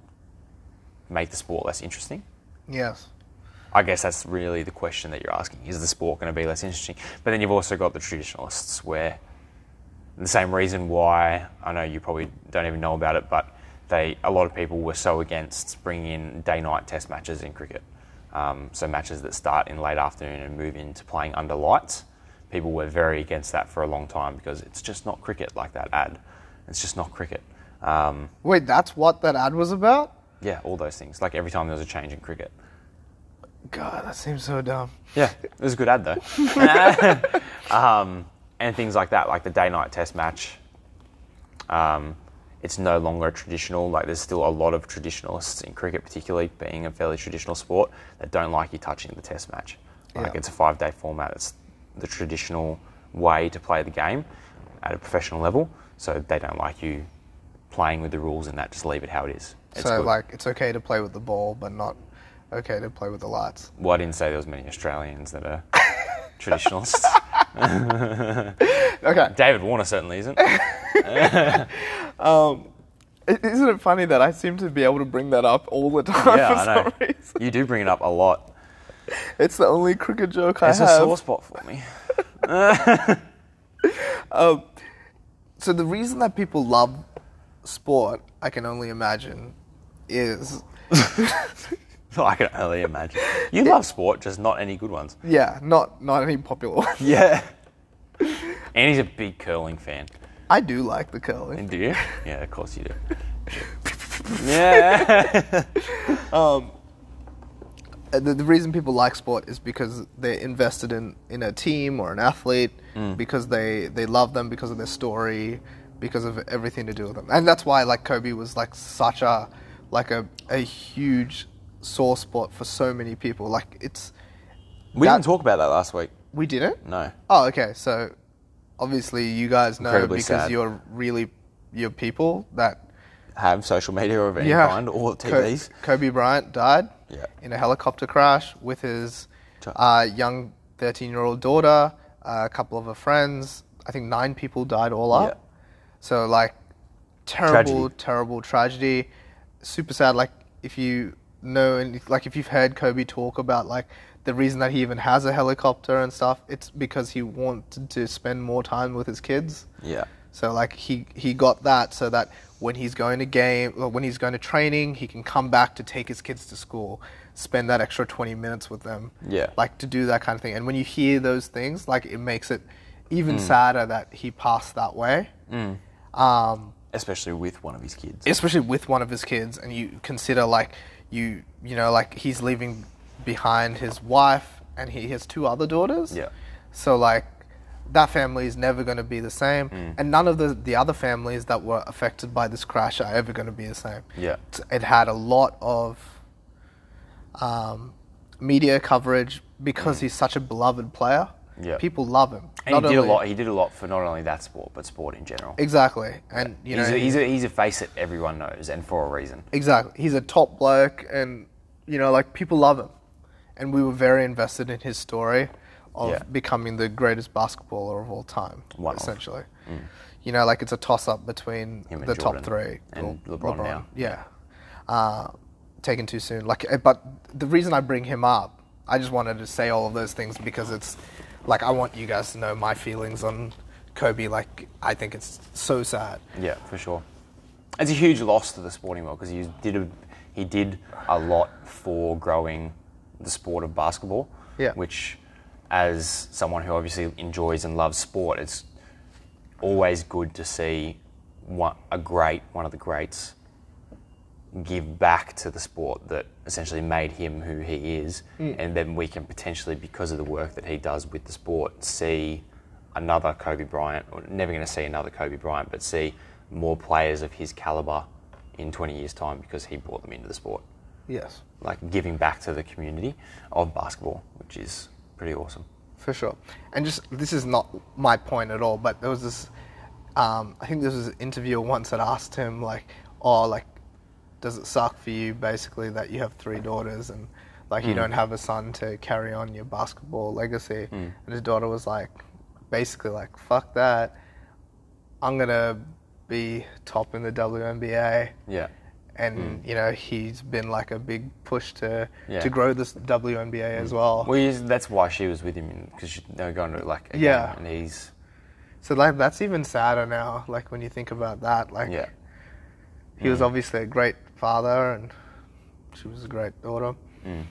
S1: make the sport less interesting?
S2: yes.
S1: I guess that's really the question that you're asking. Is the sport going to be less interesting? But then you've also got the traditionalists, where the same reason why I know you probably don't even know about it, but they a lot of people were so against bringing in day-night test matches in cricket. Um, so matches that start in late afternoon and move into playing under lights. People were very against that for a long time because it's just not cricket like that ad. It's just not cricket. Um,
S2: Wait, that's what that ad was about?
S1: yeah, all those things. Like every time there was a change in cricket.
S2: God, that seems so dumb.
S1: Yeah, it was a good ad though. um, and things like that, like the day-night test match. Um, it's no longer traditional. Like there's still a lot of traditionalists in cricket, particularly being a fairly traditional sport, that don't like you touching the test match. Like
S2: Yeah.
S1: it's a five-day format. It's the traditional way to play the game at a professional level. So they don't like you playing with the rules and that. Just leave it how it is. It's
S2: so
S1: good.
S2: like, it's okay to play with the ball, but not okay to play with the lights.
S1: well, I didn't say there was many Australians that are traditionalists.
S2: Okay.
S1: David Warner certainly isn't.
S2: I- Isn't it funny that I seem to be able to bring that up all the time
S1: Yeah,
S2: for
S1: I know.
S2: some reason?
S1: You do bring it up a lot.
S2: It's the only cricket joke
S1: It's
S2: I
S1: a
S2: have.
S1: sore spot for me.
S2: Oh, So the reason that people love sport, I can only imagine, is
S1: I can only imagine. You love sport, just not any good ones.
S2: yeah, not not any popular one.
S1: Yeah. And he's a big curling fan.
S2: I do like the curling.
S1: And do you? Yeah, of course you do. Yeah.
S2: Uh, The, the reason people like sport is because they're invested in, in a team or an athlete, because they, they love them because of their story, because of everything to do with them, and that's why like Kobe was like such a like a a huge sore spot for so many people. Like it's
S1: We
S2: That-
S1: didn't talk about that last week.
S2: we didn't.
S1: No.
S2: Oh, okay. So obviously you guys know
S1: Incredibly
S2: because
S1: sad.
S2: you're really you're people that
S1: Have social media of any
S2: yeah.
S1: kind or
S2: Ko-
S1: TVs.
S2: Kobe Bryant died
S1: Yeah.
S2: in a helicopter crash with his
S1: Ch-
S2: uh, young 13-year-old daughter, uh, a couple of her friends. I think nine people died all up.
S1: Yeah.
S2: So like terrible,
S1: Tragedy.
S2: terrible tragedy. Super sad. Like if you know and like if you've heard Kobe talk about like the reason that he even has a helicopter and stuff, it's because he wanted to spend more time with his kids.
S1: Yeah.
S2: So like he he got that so that when he's going to game or when he's going to training, he can come back to take his kids to school, spend that extra 20 minutes with them.
S1: Yeah.
S2: Like to do that kind of thing. And when you hear those things, like it makes it even sadder that he passed that way. Um
S1: Especially with one of his kids.
S2: especially with one of his kids and you consider like you you know like he's leaving behind his wife and he has two other daughters
S1: Yeah.
S2: so like that family is never going to be the same
S1: Mm.
S2: and none of the the other families that were affected by this crash are ever going to be the same
S1: Yeah.
S2: It's- it had a lot of um, media coverage because he's such a beloved player
S1: Mm. Yeah.
S2: people love him
S1: And he
S2: Not
S1: did a
S2: only-
S1: lot. He did a lot for not only that sport, but sport in general.
S2: exactly and you know
S1: he's, a, he's, a, he's a face that everyone knows, and for a reason.
S2: Exactly. He's a top bloke, and you know, like people love him, and we were very invested in his story of
S1: Yeah.
S2: becoming the greatest basketballer of all time,
S1: One of. Mm.
S2: essentially. You know, like it's a toss-up between
S1: Him and
S2: the
S1: Jordan
S2: top three
S1: and
S2: Well,
S1: LeBron now.
S2: Yeah, uh, taken too soon. Like, eh, but the reason I bring him up, I just wanted to say all of those things because it's like I want you guys to know my feelings on Kobe. Like, I think it's so sad.
S1: Yeah, for sure. It's a huge loss to the sporting world because he was- did a, he did a lot for growing the sport of basketball.
S2: Yeah.
S1: Which, as someone who obviously enjoys and loves sport, it's always good to see one, a great, one of the greats, give back to the sport that essentially made him who he is, and then we can potentially, because of the work that he does with the sport, see another Kobe Bryant, or never going to see another Kobe Bryant, but see more players of his caliber in 20 years' time because he brought them into the sport,
S2: Yes,
S1: like giving back to the community of basketball, which is pretty awesome.
S2: for sure. And just this is not my point at all, but there was this. Um, I think there was an interviewer once that asked him like, "Oh, like, does it suck for you basically that you have three daughters and like you don't have a son to carry on your basketball legacy?" And his daughter was like, basically like, "Fuck that, I'm gonna be top in the WNBA."
S1: Yeah.
S2: and you know he's been like a big push to
S1: Yeah.
S2: to grow this WNBA as well.
S1: Well, he's, that's why she was with him because they were going to like a
S2: Yeah.
S1: game, and he's
S2: So like that's even sadder now. Like when you think about that, like
S1: yeah Mm-hmm.
S2: he was obviously a great father and she was a great daughter.
S1: Mm.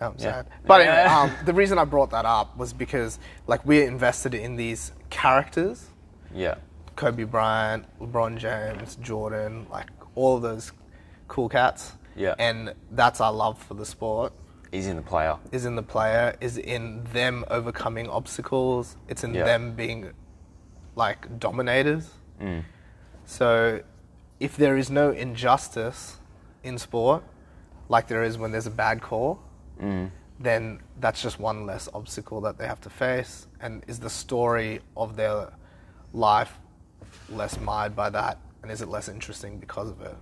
S2: Now I'm
S1: Yeah.
S2: sad. But anyway,
S1: Yeah.
S2: um, the reason I brought that up was because like we're invested in these characters,
S1: yeah
S2: Kobe Bryant, LeBron James, Jordan, like all of those cool cats.
S1: Yeah.
S2: And that's our love for the sport.
S1: he's in the player.
S2: is in the player, is in them overcoming obstacles, it's in
S1: Yeah.
S2: them being like dominators. So if there is no injustice in sport, like there is when there's a bad call,
S1: Mm.
S2: then that's just one less obstacle that they have to face and is the story of their life less marred by that and is it less interesting because of it?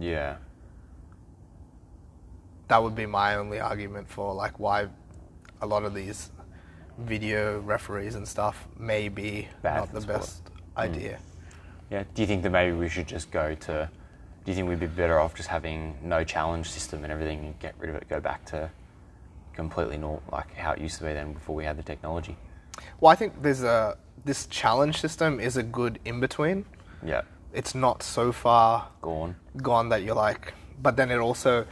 S1: Yeah,
S2: that would be my only argument for like why a lot of these video referees and stuff may be
S1: Bad
S2: not
S1: for
S2: the
S1: the sport. Mm.
S2: best idea.
S1: yeah. Do you think that maybe we should just go to? Do you think we'd be better off just having no challenge system and everything and get rid of it, go back to completely normal, like how it used to be then before we had the technology?
S2: Well, I think there's a this challenge system is a good in between.
S1: Yeah,
S2: It's not so far
S1: gone.
S2: gone that you're like, but then it also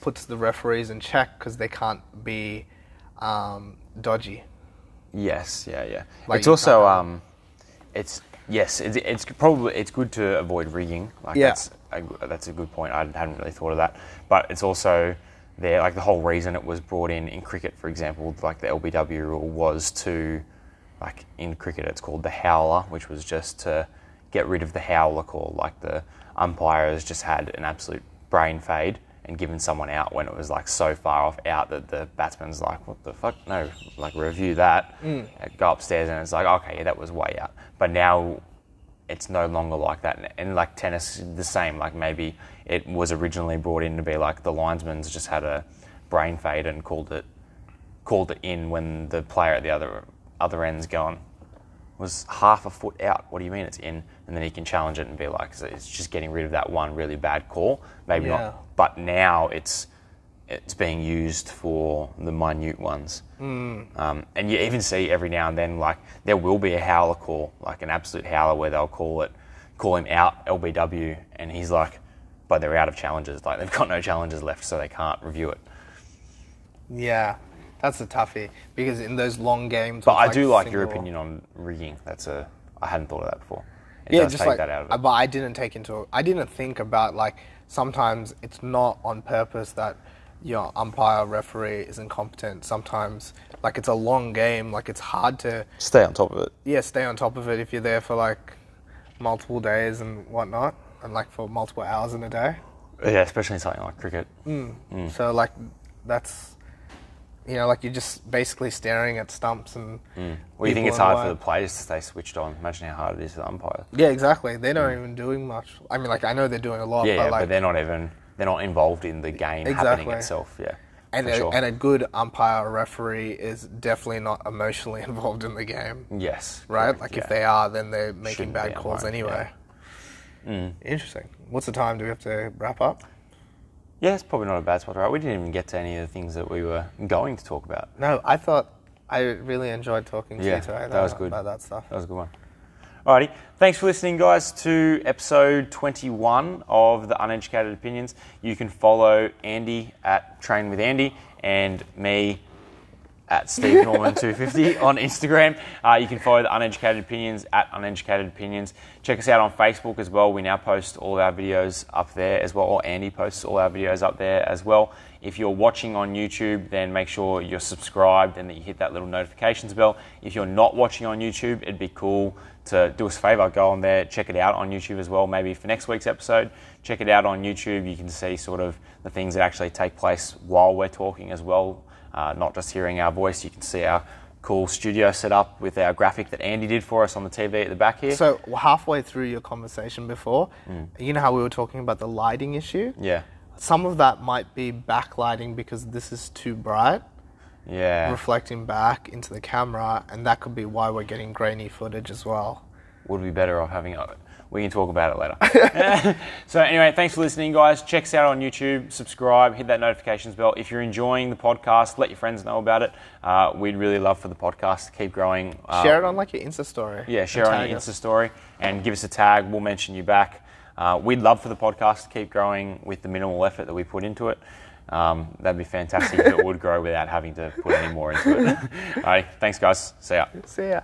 S2: puts the referees in check because they can't be um, dodgy.
S1: Yes, yeah, yeah.
S2: Like
S1: it's
S2: you
S1: also
S2: can't-
S1: um, it's yes, it's, it's probably it's good to avoid rigging. Like
S2: Yeah.
S1: that's a, g- that's a good point. I hadn't really thought of that, but it's also there. Like the whole reason it was brought in in cricket, for example, like the LBW rule was to like in cricket it's called the howler, which was just to get rid of the howler call. Like the umpire has just had an absolute brain fade. And given someone out when it was like so far off out that the batsman's like, what the fuck? No, like review that. Uh, Go upstairs and it's like, okay, yeah, that was way out. But now it's no longer like that. And, and like tennis, the same. Like maybe it was originally brought in to be like the linesman's just had a brain fade and called it called it in when the player at the other other end's gone was half a foot out. What do you mean it's in? And then he can challenge it and be like, "So it's just getting rid of that one really bad call. Maybe
S2: Yeah.
S1: not. But now it's it's being used for the minute ones. Mm. Um, and you even see every now and then, like there will be a howler call, like an absolute howler, where they'll call it, call him out LBW, and he's like, but they're out of challenges. Like they've got no challenges left, so they can't review it.
S2: Yeah, that's a toughie because in those long games.
S1: But
S2: with,
S1: I do like your
S2: single-
S1: opinion on rigging. That's a I hadn't thought of that before. It
S2: yeah,
S1: does
S2: just
S1: take
S2: like,
S1: that out of it.
S2: I- But I didn't take into, I didn't think about like sometimes it's not on purpose that your umpire referee is incompetent. Sometimes like it's a long game, like it's hard to
S1: Stay on top of it.
S2: yeah stay on top of it if you're there for like multiple days and whatnot, and like for multiple hours in a day.
S1: Yeah, especially in something like cricket.
S2: Mm.
S1: Hmm.
S2: So like that's you know like you're just basically staring at stumps and.
S1: Hmm. Well, you think
S2: people
S1: it's
S2: in
S1: hard
S2: white.
S1: for the players to stay switched on. Imagine how hard it is for the umpire.
S2: Yeah, exactly. They're not even doing much. I mean, like I know they're doing a lot,
S1: Yeah,
S2: but
S1: yeah,
S2: like
S1: but they're not even they're not involved in the game happening
S2: Exactly.
S1: itself. Yeah,
S2: And
S1: for
S2: a,
S1: sure.
S2: and a good umpire or referee is definitely not emotionally involved in the game,
S1: yes,
S2: right?
S1: correct,
S2: like
S1: yeah.
S2: if they are, then they're making
S1: Shouldn't
S2: bad
S1: be
S2: calls
S1: umpire,
S2: anyway.
S1: Hmm.
S2: Interesting. What's the time? Do we have to wrap up?
S1: yeah, it's probably not a bad spot, right? We didn't even get to any of the things that we were going to talk about.
S2: No, I thought I really enjoyed talking to
S1: Yeah,
S2: you today.
S1: that
S2: though,
S1: was good.
S2: Uh, About that stuff.
S1: That was a good one. Alrighty, thanks for listening, guys, to episode 21 of the Uneducated Opinions. You can follow Andy at Train with Andy and me at Steve Norman 250 on Instagram. Uh, you can follow the Uneducated Opinions at Uneducated Opinions. Check us out on Facebook as well. We now post all our videos up there as well, or Andy posts all our videos up there as well. If you're watching on YouTube, then make sure you're subscribed and that you hit that little notifications bell. If you're not watching on YouTube, it'd be cool to do us a favor, go on there, check it out on YouTube as well. Maybe for next week's episode, check it out on YouTube. You can see sort of the things that actually take place while we're talking as well. Uh, not just hearing our voice, you can see our cool studio set up with our graphic that Andy did for us on the TV at the back here.
S2: So halfway through your conversation before,
S1: Mm.
S2: you know how we were talking about the lighting issue?
S1: yeah.
S2: Some of that might be backlighting because this is too bright,
S1: Yeah.
S2: reflecting back into the camera, and that could be why we're getting grainy footage as well.
S1: would be better off having it. We can talk about it later. so anyway, thanks for listening, guys. Check us out on YouTube. Subscribe. Hit that notifications bell. If you're enjoying the podcast, let your friends know about it. Uh, we'd really love for the podcast to keep growing. Uh,
S2: Share it on like your Insta story.
S1: Yeah,
S2: and
S1: share on
S2: tag
S1: your
S2: us.
S1: Insta story and give us a tag. We'll mention you back. Uh, we'd love for the podcast to keep growing with the minimal effort that we put into it. Um, that'd be fantastic if it would grow without having to put any more into it. All right, thanks, guys. See ya.
S2: See ya.